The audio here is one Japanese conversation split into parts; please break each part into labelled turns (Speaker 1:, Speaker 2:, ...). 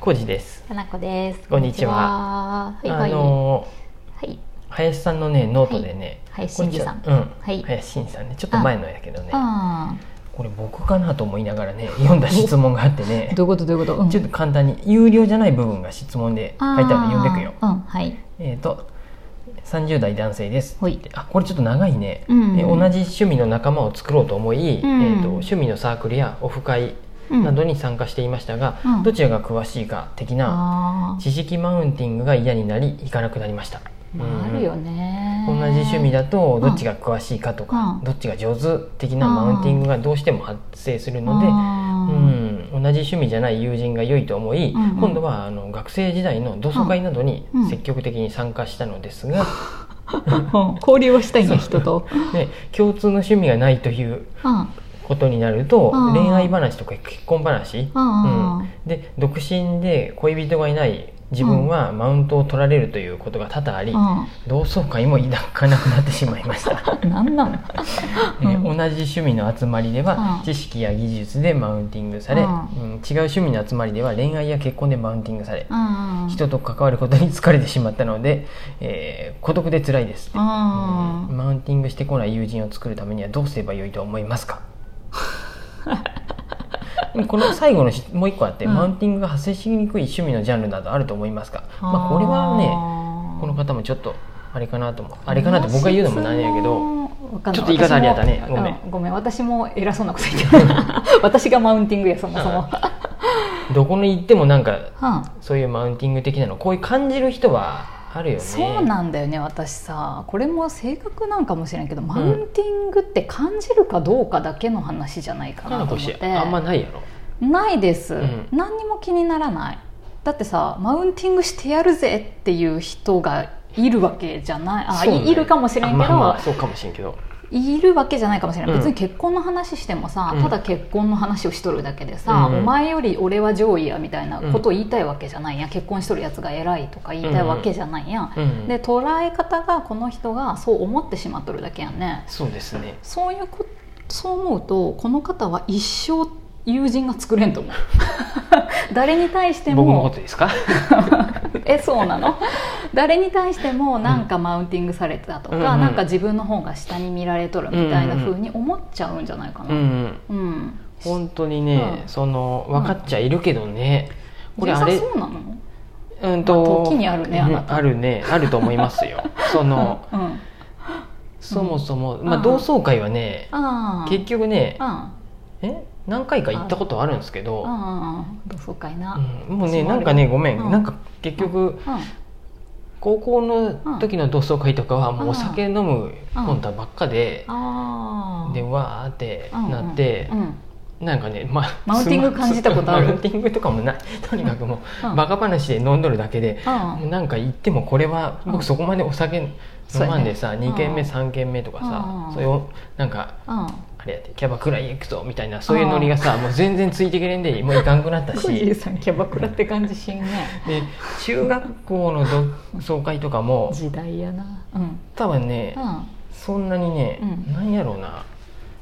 Speaker 1: コージです。
Speaker 2: かなこです。
Speaker 1: こんにち
Speaker 2: は。はい
Speaker 1: あ
Speaker 2: はい。
Speaker 1: の
Speaker 2: はい。
Speaker 1: ー林さんのねノートでね、
Speaker 2: 林
Speaker 1: こんに
Speaker 2: 真
Speaker 1: ち
Speaker 2: 司さ
Speaker 1: は
Speaker 2: ん。
Speaker 1: うん、
Speaker 2: はい
Speaker 1: 林真司さんねちょっと前のやけどね、
Speaker 2: あ
Speaker 1: これ僕かなと思いながらね 読んだ質問があって
Speaker 2: あ。
Speaker 1: ね
Speaker 2: ど、ういうことどういうこと。うん
Speaker 1: ちょっと簡単に有料じゃない部分が質問で書いてあるの読んでくよ。
Speaker 2: あーうんはい。
Speaker 1: えっ、と30代男性です。
Speaker 2: ほい。
Speaker 1: あこれちょっと長いね、
Speaker 2: うん
Speaker 1: え同じ趣味の仲間を作ろうと思い、
Speaker 2: うん
Speaker 1: えー、と趣味のサークルやオフ会
Speaker 2: うん
Speaker 1: などに参加していましたが、
Speaker 2: うん
Speaker 1: どちらが詳しいか的な
Speaker 2: あ
Speaker 1: 知識マウンティングが嫌になり行かなくなりました、
Speaker 2: あ。まああるよね。
Speaker 1: 同じ趣味
Speaker 2: だ。
Speaker 1: だとどっちが詳しいかとか、
Speaker 2: うん
Speaker 1: どっちが上手的なマウンティングがどうしても発生するので、う
Speaker 2: の
Speaker 1: ん、同じ趣味じゃない友人が良いと思い、
Speaker 2: うんうん
Speaker 1: 今度はあの学生時代の同窓会などに
Speaker 2: うん
Speaker 1: 積極的に参加したのですが、
Speaker 2: で。 交流をしたいんだ人と。
Speaker 1: ね共通の趣味がないという
Speaker 2: あ
Speaker 1: ことになると、
Speaker 2: うん
Speaker 1: 恋愛話とか結婚話、
Speaker 2: あ
Speaker 1: うんで独身で恋人がいない自分はマウントを取られるということが多々あり、
Speaker 2: あ。
Speaker 1: 同窓会も抱かなくなってしまいました。
Speaker 2: うん。なんなの。
Speaker 1: えー
Speaker 2: うん
Speaker 1: 同じ趣味の集まりでは、
Speaker 2: うん
Speaker 1: 知識や技術でマウンティングされ、
Speaker 2: う
Speaker 1: うんん違う趣味の集まりでは恋愛や結婚でマウンティングされ、
Speaker 2: ああ。
Speaker 1: 人と関わることに疲れてしまったので、えー孤独で辛いです、
Speaker 2: あ
Speaker 1: うんマウンティングしてこない友人を作るためにはどうすればよいと思いますか この最後のしもう一個あって、
Speaker 2: うん
Speaker 1: マウンティングが発生しにくい趣味のジャンルなどあると思いますか、
Speaker 2: あ。
Speaker 1: まあ、これはね
Speaker 2: ね
Speaker 1: この方もちょっとあれかなと思うあれかなって僕が言うのもなんやけど。
Speaker 2: わかんない
Speaker 1: ちょっと言い方ありやったねごめん
Speaker 2: うごめん私も偉そうなこと 言ってる私がマウンティングやそもそも、
Speaker 1: どこに行ってもなんか
Speaker 2: は
Speaker 1: そういうマウンティング的なのこういう感じる人はあるよ
Speaker 2: あ、
Speaker 1: ね
Speaker 2: そうなんだよね私さこれも性格なんかもしれんけど、マウンティングって感じるかどうかだけの話じゃないか
Speaker 1: か
Speaker 2: な
Speaker 1: なこ
Speaker 2: と思っ
Speaker 1: 氏
Speaker 2: て
Speaker 1: あんまないやろ
Speaker 2: ないです、
Speaker 1: うん
Speaker 2: 何にも気にならないだってさマウンティングしてやるぜっていう人がいるわけじゃないあ、
Speaker 1: そうね
Speaker 2: いいるかもしれんけど、
Speaker 1: あまあまあそうかもしれんけど
Speaker 2: いるわけじゃないかもしれない、
Speaker 1: うん
Speaker 2: 別に結婚の話してもさ、
Speaker 1: うん
Speaker 2: ただ結婚の話をしとるだけでさ、
Speaker 1: うん
Speaker 2: お前より俺は上位やみたいなことを言いたいわけじゃないやん、結婚しとるやつが偉いとか言いたいわけじゃないやん、
Speaker 1: うん
Speaker 2: で捉え方がこの人がそう思ってしまっとるだけやんね
Speaker 1: そうですね
Speaker 2: そういうこそう思うとこの方は一生友人が作れんと思う 誰に対しても
Speaker 1: 僕のことですか
Speaker 2: えそうなの誰に対してもなんかマウンティングされてたとか、
Speaker 1: うんうん
Speaker 2: なんか自分の方が下に見られとるみたいな風に思っちゃうんじゃないか
Speaker 1: う
Speaker 2: な、うん
Speaker 1: ん本当にね、
Speaker 2: うん
Speaker 1: その分かっちゃいるけどね、これあ
Speaker 2: 実
Speaker 1: れ
Speaker 2: 際そうなの
Speaker 1: うん
Speaker 2: まあ時にあるねあな
Speaker 1: うんあるねあると思います よその
Speaker 2: うん、うん
Speaker 1: そもそも、
Speaker 2: ん
Speaker 1: ま
Speaker 2: う
Speaker 1: あ、
Speaker 2: ん
Speaker 1: 同窓会はね、
Speaker 2: ああ
Speaker 1: 結局ね
Speaker 2: あ
Speaker 1: え何回か行ったことあるんですけど、
Speaker 2: あ同窓会な、
Speaker 1: うんもうね
Speaker 2: そうある
Speaker 1: なんかねごめん、
Speaker 2: うん
Speaker 1: なんか結局、
Speaker 2: うん
Speaker 1: 高校の時の同窓会とかはもうお酒飲む
Speaker 2: うん
Speaker 1: コンタばっかで、
Speaker 2: ああ
Speaker 1: でわーって
Speaker 2: うんうん
Speaker 1: なって
Speaker 2: う、ん
Speaker 1: なんかね、まあ、
Speaker 2: マウンティング感じたことあ る
Speaker 1: マウンティングとかもないとにかくもう、
Speaker 2: うん
Speaker 1: バカ話で飲んどるだけで、
Speaker 2: うん
Speaker 1: もうなんか行ってもこれは
Speaker 2: うん
Speaker 1: 僕そこまでお酒飲まんでさ、
Speaker 2: そうやね
Speaker 1: 2軒目3軒目とかさ、
Speaker 2: うん
Speaker 1: そういうなんか
Speaker 2: うん
Speaker 1: あれやってキャバクラへ行くぞみたいなそういうノリがさ、もう全然ついてけれんで もういかんくなった
Speaker 2: コージー
Speaker 1: し。
Speaker 2: さんキャバクラって感じしんね
Speaker 1: で中学校の同窓会とかも
Speaker 2: 時代やなうん
Speaker 1: 多分ね、
Speaker 2: う
Speaker 1: そんなにね、
Speaker 2: うん
Speaker 1: なんやろうな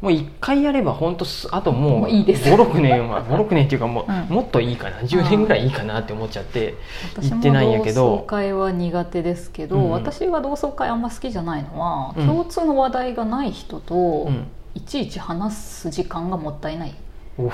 Speaker 1: もう一回やれば本当あとも
Speaker 2: も
Speaker 1: う
Speaker 2: ういいです
Speaker 1: 56年 は56年っていうかもう、
Speaker 2: うん
Speaker 1: もっといいかな10年ぐらいいいかなって思っちゃって、
Speaker 2: ん、
Speaker 1: 行ってないんやけ
Speaker 2: 私も同
Speaker 1: ど
Speaker 2: 窓会は苦手ですけど、
Speaker 1: うん
Speaker 2: 私が同窓会あんま好きじゃないのは、
Speaker 1: うん
Speaker 2: 共通の話題がない人と、
Speaker 1: うん
Speaker 2: いちいち話す時間がもったいない
Speaker 1: おもっ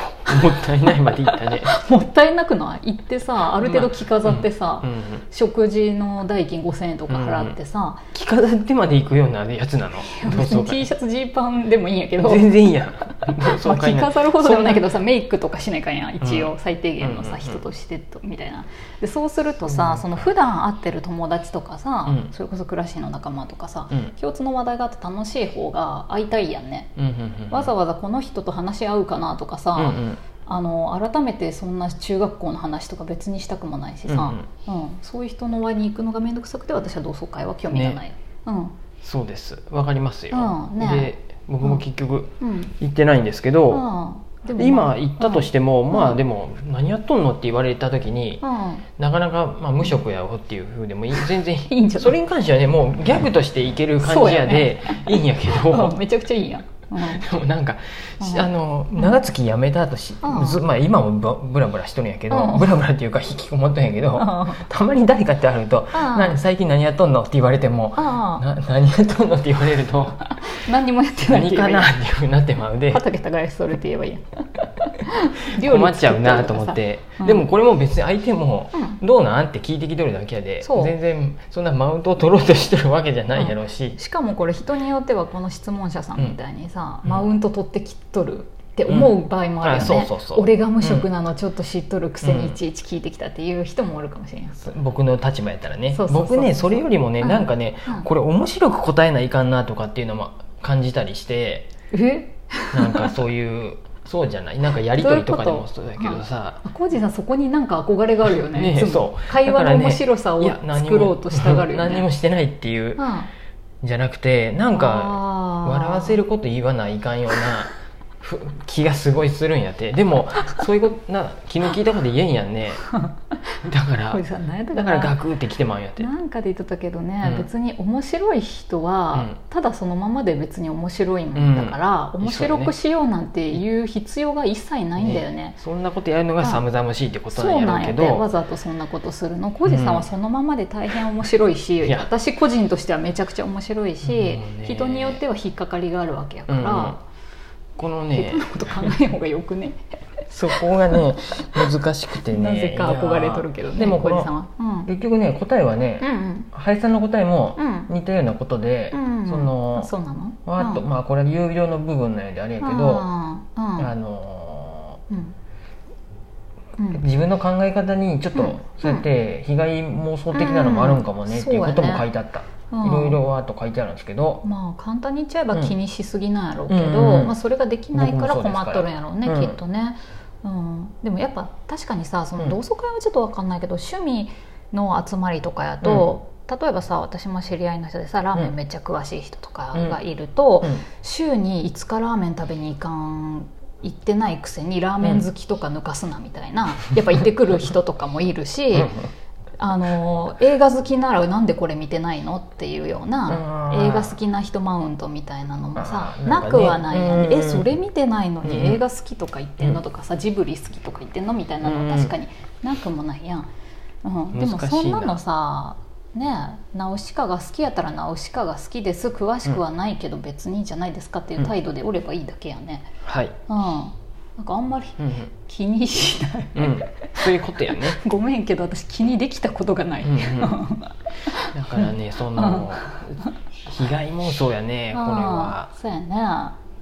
Speaker 1: たいないまでいったね
Speaker 2: もったいなくない行ってさ ある程度着飾ってさ、
Speaker 1: うんうん
Speaker 2: 食事の代金5000円とか払ってさ、
Speaker 1: 着飾ってまで行くようなやつなの同
Speaker 2: 別に
Speaker 1: 窓
Speaker 2: T
Speaker 1: 会
Speaker 2: シャツジーパンでもいいんやけど、
Speaker 1: 全然いいやん同
Speaker 2: まあ、
Speaker 1: 窓会
Speaker 2: 着
Speaker 1: なんて
Speaker 2: 飾るほどでもないけどさメイクとかしないかんやん一
Speaker 1: う
Speaker 2: 応
Speaker 1: ん
Speaker 2: 最低限
Speaker 1: う
Speaker 2: の
Speaker 1: んうん
Speaker 2: さ
Speaker 1: うん
Speaker 2: 人としてとみたいなでそうすると
Speaker 1: うんう
Speaker 2: さ
Speaker 1: ん
Speaker 2: その普段会ってる友達とかさ
Speaker 1: うん
Speaker 2: それこそ暮らしの仲間とかさ
Speaker 1: うん
Speaker 2: 共通の話題があって楽しい方が会いたいやんね
Speaker 1: うんうんうん
Speaker 2: わざわざこの人と話し合うかなと
Speaker 1: う
Speaker 2: か
Speaker 1: んう
Speaker 2: さ
Speaker 1: ん
Speaker 2: あの改めてそんな中学校の話とか別にしたくもないしさうんそういう人の輪に行くのが面倒くさくて私は同窓会は興味がないうん
Speaker 1: そうですわかりますよ、
Speaker 2: うんね
Speaker 1: で僕も結局
Speaker 2: うん
Speaker 1: 行ってないんですけど、
Speaker 2: うんでもま
Speaker 1: 今
Speaker 2: あ
Speaker 1: 行ったとしても、
Speaker 2: ん
Speaker 1: ま
Speaker 2: う
Speaker 1: あ
Speaker 2: ん
Speaker 1: でも何やっとんのって言われた時に、
Speaker 2: うん
Speaker 1: なかなか、まあ、無職やろっていうふうで もいい全然
Speaker 2: いいんじゃない
Speaker 1: それに関してはねもうギャグとしていける感じやでいいんやけ
Speaker 2: うん
Speaker 1: ど
Speaker 2: めちゃくちゃいいやんう
Speaker 1: でも なんか、
Speaker 2: うん
Speaker 1: あの長月辞めた後し、
Speaker 2: うん
Speaker 1: ずまあ今もぶブラブラしとるんやけど、
Speaker 2: うん
Speaker 1: ブラブラっていうか引きこもっとんやけど、
Speaker 2: ん
Speaker 1: たまに誰かってあると「
Speaker 2: うん
Speaker 1: な最近何やっとんの?」って言われても「
Speaker 2: ああ
Speaker 1: な何やっとんの?」って言われる と
Speaker 2: 何にもや
Speaker 1: 「
Speaker 2: ってないっ
Speaker 1: 何
Speaker 2: て言
Speaker 1: か
Speaker 2: えば」
Speaker 1: ないっていうふうになってまう
Speaker 2: い
Speaker 1: で
Speaker 2: 畑耕しそれって言えばいい やん料理作
Speaker 1: 困っちゃうなと思って、
Speaker 2: 料理作ったりとかさうん
Speaker 1: でもこれも別に相手も「
Speaker 2: う
Speaker 1: どうなん?」って聞いてきとるだけやで
Speaker 2: そう
Speaker 1: 全然そんなマウントを取ろうとしてるわけじゃないやろうし、
Speaker 2: しかもこれ人によってはこの質問者さんみたいにさ、
Speaker 1: うん
Speaker 2: マウント取ってきっとるって思う場合もあるよ
Speaker 1: うん
Speaker 2: ね
Speaker 1: あそうそうそう
Speaker 2: 俺が無職なのちょっと知っとるくせ
Speaker 1: うん
Speaker 2: にいちいち聞いてきたっていう人もおるかもしれん、
Speaker 1: 僕の立場やったらね
Speaker 2: そうそうそう
Speaker 1: 僕ねそれよりもね、
Speaker 2: うん
Speaker 1: なんかね、
Speaker 2: うん
Speaker 1: これ面白く答えないかんなとかっていうのも感じたり して
Speaker 2: え
Speaker 1: なんかそういうそうじゃないなんかやり取りとかでも
Speaker 2: ど
Speaker 1: そうう
Speaker 2: いう
Speaker 1: だ
Speaker 2: こと
Speaker 1: けどさ、
Speaker 2: あ浩二さんそこになんか憧れがあるよね
Speaker 1: ねえ
Speaker 2: いつも
Speaker 1: そう
Speaker 2: 会話
Speaker 1: だか
Speaker 2: の
Speaker 1: らね
Speaker 2: 面白さを
Speaker 1: いや何
Speaker 2: 作
Speaker 1: も
Speaker 2: ろうとしたがるよね
Speaker 1: 何もしてないっていう
Speaker 2: うん
Speaker 1: じゃなくてなんか笑わせ
Speaker 2: る
Speaker 1: ること言わないかんようなふ気がすごいするんやってでもそういうことな気の利いたこと言えんやんねだ から
Speaker 2: 浩二さん何やったか
Speaker 1: だ
Speaker 2: な
Speaker 1: からガクってきてまうんやって
Speaker 2: なんかで言ってたけどね、
Speaker 1: うん
Speaker 2: 別に面白い人は、
Speaker 1: うん
Speaker 2: ただそのままで別に面白いもんだから、
Speaker 1: うん
Speaker 2: 面白くしようなんていう必要が一切ないんだよね
Speaker 1: そんなことやるのが寒々しいってこと
Speaker 2: そ
Speaker 1: な
Speaker 2: うん
Speaker 1: や
Speaker 2: な
Speaker 1: ろう
Speaker 2: んや
Speaker 1: け
Speaker 2: でわ
Speaker 1: ど
Speaker 2: ざとそんなことするの浩司さんはそのままで大変面白いし、
Speaker 1: いや
Speaker 2: 私個人としてはめちゃくちゃ面白いし、
Speaker 1: うんね
Speaker 2: 人によっては引っかかりがあるわけやから、
Speaker 1: うんこの
Speaker 2: 下
Speaker 1: ね
Speaker 2: 手なこと考えん方がよ くね
Speaker 1: そこがね難しくてね
Speaker 2: なぜか憧れとるけど
Speaker 1: いやー
Speaker 2: ね
Speaker 1: でもこ
Speaker 2: 浩司さん
Speaker 1: の
Speaker 2: は、うん、
Speaker 1: 結局ね答えはね、
Speaker 2: うん
Speaker 1: 林さんの答えも
Speaker 2: うん
Speaker 1: 似たようなことで、
Speaker 2: うんうん
Speaker 1: その
Speaker 2: あそうなの
Speaker 1: わーっと、
Speaker 2: うん
Speaker 1: まあこれは有料の部分なんであれやけど、
Speaker 2: うんうん
Speaker 1: あの
Speaker 2: うん
Speaker 1: ー自分の考え方にちょっと、
Speaker 2: うん
Speaker 1: そうやって被害妄想的なのもあるんかもね、
Speaker 2: うん
Speaker 1: っていうこと
Speaker 2: そうや
Speaker 1: も
Speaker 2: ね
Speaker 1: 書いてあった、
Speaker 2: うん
Speaker 1: いろいろわーっと書いてあるんですけど、
Speaker 2: まあ簡単に言っちゃえば気にしすぎなんやろうけど、
Speaker 1: うんうんうん
Speaker 2: まあ、それができないから
Speaker 1: 僕もそうですから
Speaker 2: 困っとるんやろうね、
Speaker 1: うん
Speaker 2: きっとね、うん、でもやっぱ確かにさそ
Speaker 1: うん
Speaker 2: の同窓会はちょっと分かんないけど、趣味の集まりとかやと、例えばさ私も知り合いの人でさラーメ
Speaker 1: う
Speaker 2: ン
Speaker 1: ん
Speaker 2: めっちゃ詳しい人とかがいると、
Speaker 1: うん
Speaker 2: 週に5日ラーメン食べに行かん行ってないくせにラーメン好きとか抜かすなみたいな、やっぱ行ってくる人とかもいるし。あの映画好きならなんでこれ見てないのっていうような
Speaker 1: うん
Speaker 2: 映画好きな人マウントみたいなのもさ
Speaker 1: あーな
Speaker 2: な
Speaker 1: んか
Speaker 2: く
Speaker 1: ね
Speaker 2: はないのに、
Speaker 1: うんうん
Speaker 2: えそれ見てないのに
Speaker 1: うん
Speaker 2: 映画好きとか言ってんのとかさ、ジブリ好きとか言ってんのみたいなのは確かになくもないやん、うん、でも
Speaker 1: 難しいな
Speaker 2: そんなのさねえナウシカが好きやったらナウシカが好きです詳しくはないけど別にじゃないですかっていう態度でおればいいだけやね、
Speaker 1: はい、
Speaker 2: うん、なんかあんまり
Speaker 1: うん
Speaker 2: 気にしない
Speaker 1: うんうんそういうことやね
Speaker 2: ごめんけど私気にできたことがない、
Speaker 1: うんうん だからねその被害妄想やねこれ
Speaker 2: あ
Speaker 1: は
Speaker 2: あそうやね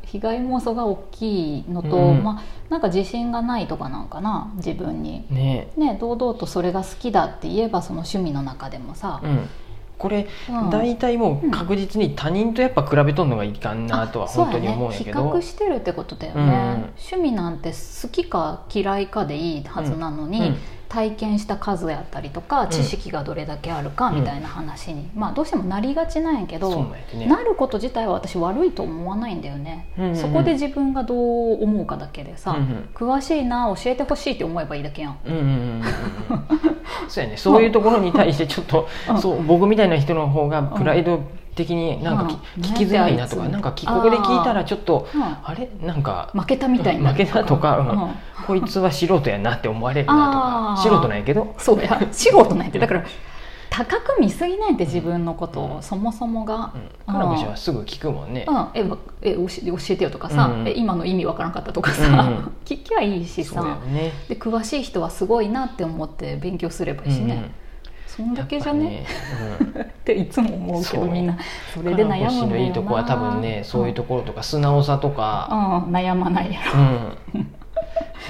Speaker 2: 被害妄想が大きいのと、
Speaker 1: うん
Speaker 2: まあなんか自信がないとかなんかな自分に
Speaker 1: ね
Speaker 2: ね堂々とそれが好きだって言えばその趣味の中でもさ、
Speaker 1: うんこれ、
Speaker 2: うん
Speaker 1: 大体もう確実に他人とやっぱ比べとんのがいかんなとは
Speaker 2: あそう
Speaker 1: 本当に思うんやけど
Speaker 2: ね、比較してるってことだよね、
Speaker 1: うん
Speaker 2: 趣味なんて好きか嫌いかでいいはずなのに、
Speaker 1: うんうん
Speaker 2: 体験した数やったりとか
Speaker 1: ん
Speaker 2: 知識がどれだけあるかみたいな話に、まあどうしてもなりがちなんやけど
Speaker 1: そうなんやてね
Speaker 2: なること自体は私悪いと思わないんだよね、
Speaker 1: うんうんうん
Speaker 2: そこで自分がどう思うかだけでさ、
Speaker 1: うんうん
Speaker 2: 詳しいな教えてほしいって思えばいいだけやん
Speaker 1: うんうんうんうんうん そうやねそういうところに対してちょっと、
Speaker 2: うん
Speaker 1: そう僕みたいな人の方がプライド的になんか
Speaker 2: うん
Speaker 1: き、聞きづらいなとか、
Speaker 2: ね
Speaker 1: なんかきここで聞いたらちょっと
Speaker 2: うん
Speaker 1: あれなんか
Speaker 2: 負けたみたいにな
Speaker 1: 負けたとか、うん
Speaker 2: うん
Speaker 1: こいつは素人やなって思われるな
Speaker 2: あー
Speaker 1: とか素人なんやけど
Speaker 2: そうや素人なんてだから高く見すぎないって自分のことを、そもそもが、
Speaker 1: うん彼女はすぐ聞くもんね、
Speaker 2: うん、えわえ教え教えてよとかさ、
Speaker 1: うんうん
Speaker 2: え今の意味わからんかったとか
Speaker 1: うん
Speaker 2: さ、
Speaker 1: うん
Speaker 2: 聞きゃいいし
Speaker 1: そうだよ
Speaker 2: さ、
Speaker 1: ね、
Speaker 2: で詳しい人はすごいなって思って勉強すればいいしね、そん
Speaker 1: うん
Speaker 2: だけじゃね
Speaker 1: やっぱね
Speaker 2: っていつも思うけど
Speaker 1: そう
Speaker 2: みんなそ
Speaker 1: うん
Speaker 2: れで悩むんだよ
Speaker 1: 彼
Speaker 2: な
Speaker 1: のいいとこは多分ねそういうところとか素直さと
Speaker 2: う
Speaker 1: か、
Speaker 2: ん、悩まないやろ
Speaker 1: うん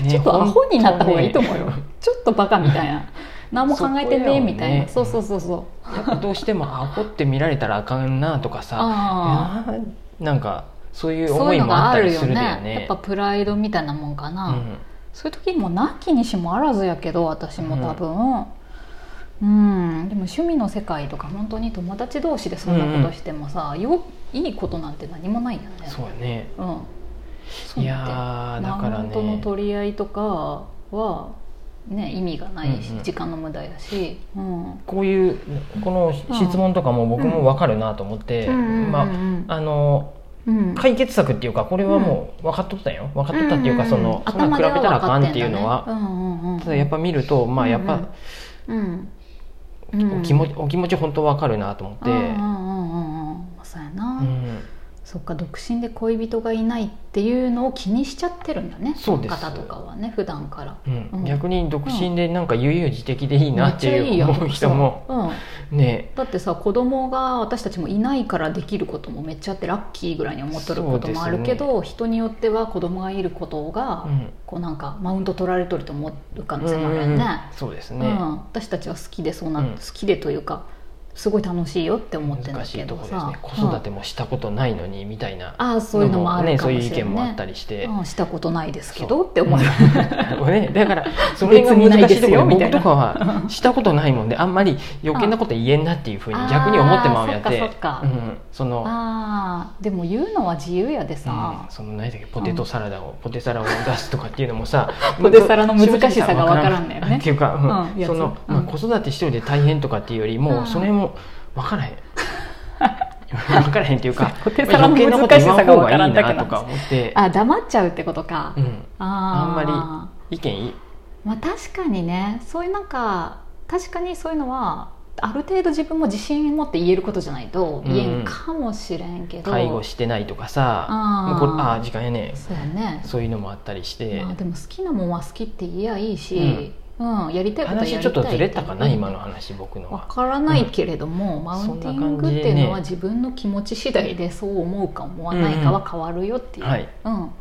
Speaker 1: ね
Speaker 2: ちょっとアホになった方がいいと思うよ、
Speaker 1: 本
Speaker 2: ちょっとバカみたい な何も考えて
Speaker 1: そこや
Speaker 2: ねえ
Speaker 1: もんね
Speaker 2: みたいなそうそうそうそう
Speaker 1: 当にねやっぱどうしてもアホって見られたらあかんなとかさ
Speaker 2: あ
Speaker 1: いやーなんかそういう
Speaker 2: そ
Speaker 1: 思
Speaker 2: う
Speaker 1: い
Speaker 2: い
Speaker 1: う
Speaker 2: の
Speaker 1: も
Speaker 2: が
Speaker 1: あっ
Speaker 2: あ
Speaker 1: たり
Speaker 2: るよ
Speaker 1: する
Speaker 2: ね
Speaker 1: だよ
Speaker 2: やっ
Speaker 1: ね
Speaker 2: ぱプライドみたいなもんかな、
Speaker 1: うん
Speaker 2: そういう時もなきにしもあらずやけど私も多分、うんでも趣味の世界とか本当に友達同士でそんなことしてもさ、よいいことなんて何もないよね
Speaker 1: そうやね
Speaker 2: うん、そう
Speaker 1: いやーだから
Speaker 2: マウントの
Speaker 1: ね
Speaker 2: 取り合いとかは、ね、意味がないし、
Speaker 1: うんうん
Speaker 2: 時間の無駄やし、うん
Speaker 1: こういうこの質問とかも僕も分かるなと思って、
Speaker 2: うんうんうんうん
Speaker 1: まああの
Speaker 2: うん
Speaker 1: 解決策っていうかこれはもう分かっとったんよ分かっとったっていうかそのそんな比べたらあかんっていうのはただやっぱ見るとまあやっぱお気持
Speaker 2: ち
Speaker 1: ちお気持ち本当分かるなと思って
Speaker 2: そうやな、
Speaker 1: うん
Speaker 2: そっか独身で恋人がいないっていうのを気にしちゃってるんだね
Speaker 1: そうです
Speaker 2: の方とかはね普段から
Speaker 1: う
Speaker 2: うんん
Speaker 1: 逆に独身でなんか悠々自適でいいなって
Speaker 2: めちゃい
Speaker 1: い
Speaker 2: いうやん
Speaker 1: 思う人も
Speaker 2: そううん
Speaker 1: ね
Speaker 2: だってさ子供が私たちもいないからできることもめっちゃあってラッキーぐらいに思っとることもあるけど、人によっては子供がいることが、
Speaker 1: うん
Speaker 2: こうなんかマウント取られとると思う可能性もあるよ
Speaker 1: うん
Speaker 2: ね,、
Speaker 1: そうです
Speaker 2: うん
Speaker 1: ね
Speaker 2: 私たちは好きでそうな、
Speaker 1: うん
Speaker 2: 好きでというかすごい楽しいよって思ってんだ
Speaker 1: 難し
Speaker 2: け
Speaker 1: いと
Speaker 2: ど
Speaker 1: こです
Speaker 2: さ
Speaker 1: ね子育
Speaker 2: うん
Speaker 1: てもしたことないのにみたいな
Speaker 2: ああそういうのもあるかもしれない、
Speaker 1: ねそういう意見もあったりして
Speaker 2: うんしたことないですけ
Speaker 1: そ
Speaker 2: どっ て思う、
Speaker 1: ね、だからそれが難しいところ
Speaker 2: 別にないですよみた
Speaker 1: 僕
Speaker 2: いな
Speaker 1: とかはしたことないもんであんまり余計なこと言えんなっていうふうに
Speaker 2: うん
Speaker 1: 逆に思ってまうんやって
Speaker 2: あーそっかそっか
Speaker 1: うん、その,、
Speaker 2: ああでも言うのは自由やで
Speaker 1: うん
Speaker 2: さ、、
Speaker 1: その何だっけポテトサラダを、ポテサラを出すとかっていうのもさ
Speaker 2: ポテサラの難しさがわからんのよ
Speaker 1: 正直
Speaker 2: ね
Speaker 1: さっていうか、うん
Speaker 2: うんやつ
Speaker 1: その、
Speaker 2: うん
Speaker 1: まあ、子育て一人で大変とかっていうよりも、
Speaker 2: うん
Speaker 1: それも分からへん分からへんっていうか
Speaker 2: ポテサラの
Speaker 1: 余計なこと
Speaker 2: 難し
Speaker 1: 言わ
Speaker 2: さ
Speaker 1: ん
Speaker 2: が
Speaker 1: 方
Speaker 2: わ
Speaker 1: がい
Speaker 2: から
Speaker 1: い
Speaker 2: んだけ
Speaker 1: な
Speaker 2: な
Speaker 1: と
Speaker 2: んです
Speaker 1: か思って、
Speaker 2: あ黙っちゃうってことか、
Speaker 1: うん、
Speaker 2: あー
Speaker 1: あんま意見い
Speaker 2: まあ、確かにねそういうなんか確かにそういうのはある程度自分も自信持って言えることじゃないと
Speaker 1: うん
Speaker 2: 言えんかもしれんけど、
Speaker 1: 介護してないとかさ
Speaker 2: あー
Speaker 1: もうこれあー時間やね
Speaker 2: そうやね、
Speaker 1: そういうのもあったりして、
Speaker 2: まあ、でも好きなもんは好きって言えやいいし、うんやりたいことはやりたい
Speaker 1: 話ちょっとずれたかな今の話僕の
Speaker 2: わ
Speaker 1: は
Speaker 2: からないけれども、マウンティングっていうのは自分の気持ち次第でそう思うか思わないかは変わるよっていう、
Speaker 1: うんはい
Speaker 2: うん、
Speaker 1: 本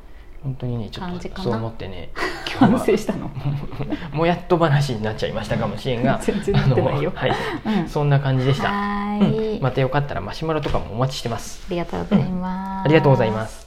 Speaker 1: 当にねちょっ
Speaker 2: 感じか
Speaker 1: とそ
Speaker 2: な
Speaker 1: う思って ね今
Speaker 2: 反
Speaker 1: 日
Speaker 2: 省したの
Speaker 1: はもやっと話になっちゃいましたかもしれんが
Speaker 2: 全然なってないよ
Speaker 1: あのはい、
Speaker 2: うん
Speaker 1: そんな感じでした、
Speaker 2: は
Speaker 1: う
Speaker 2: ーい、
Speaker 1: んまたよかったらマシュマロとかもお待ちしてます
Speaker 2: ありがとうございます、
Speaker 1: ありがとうございます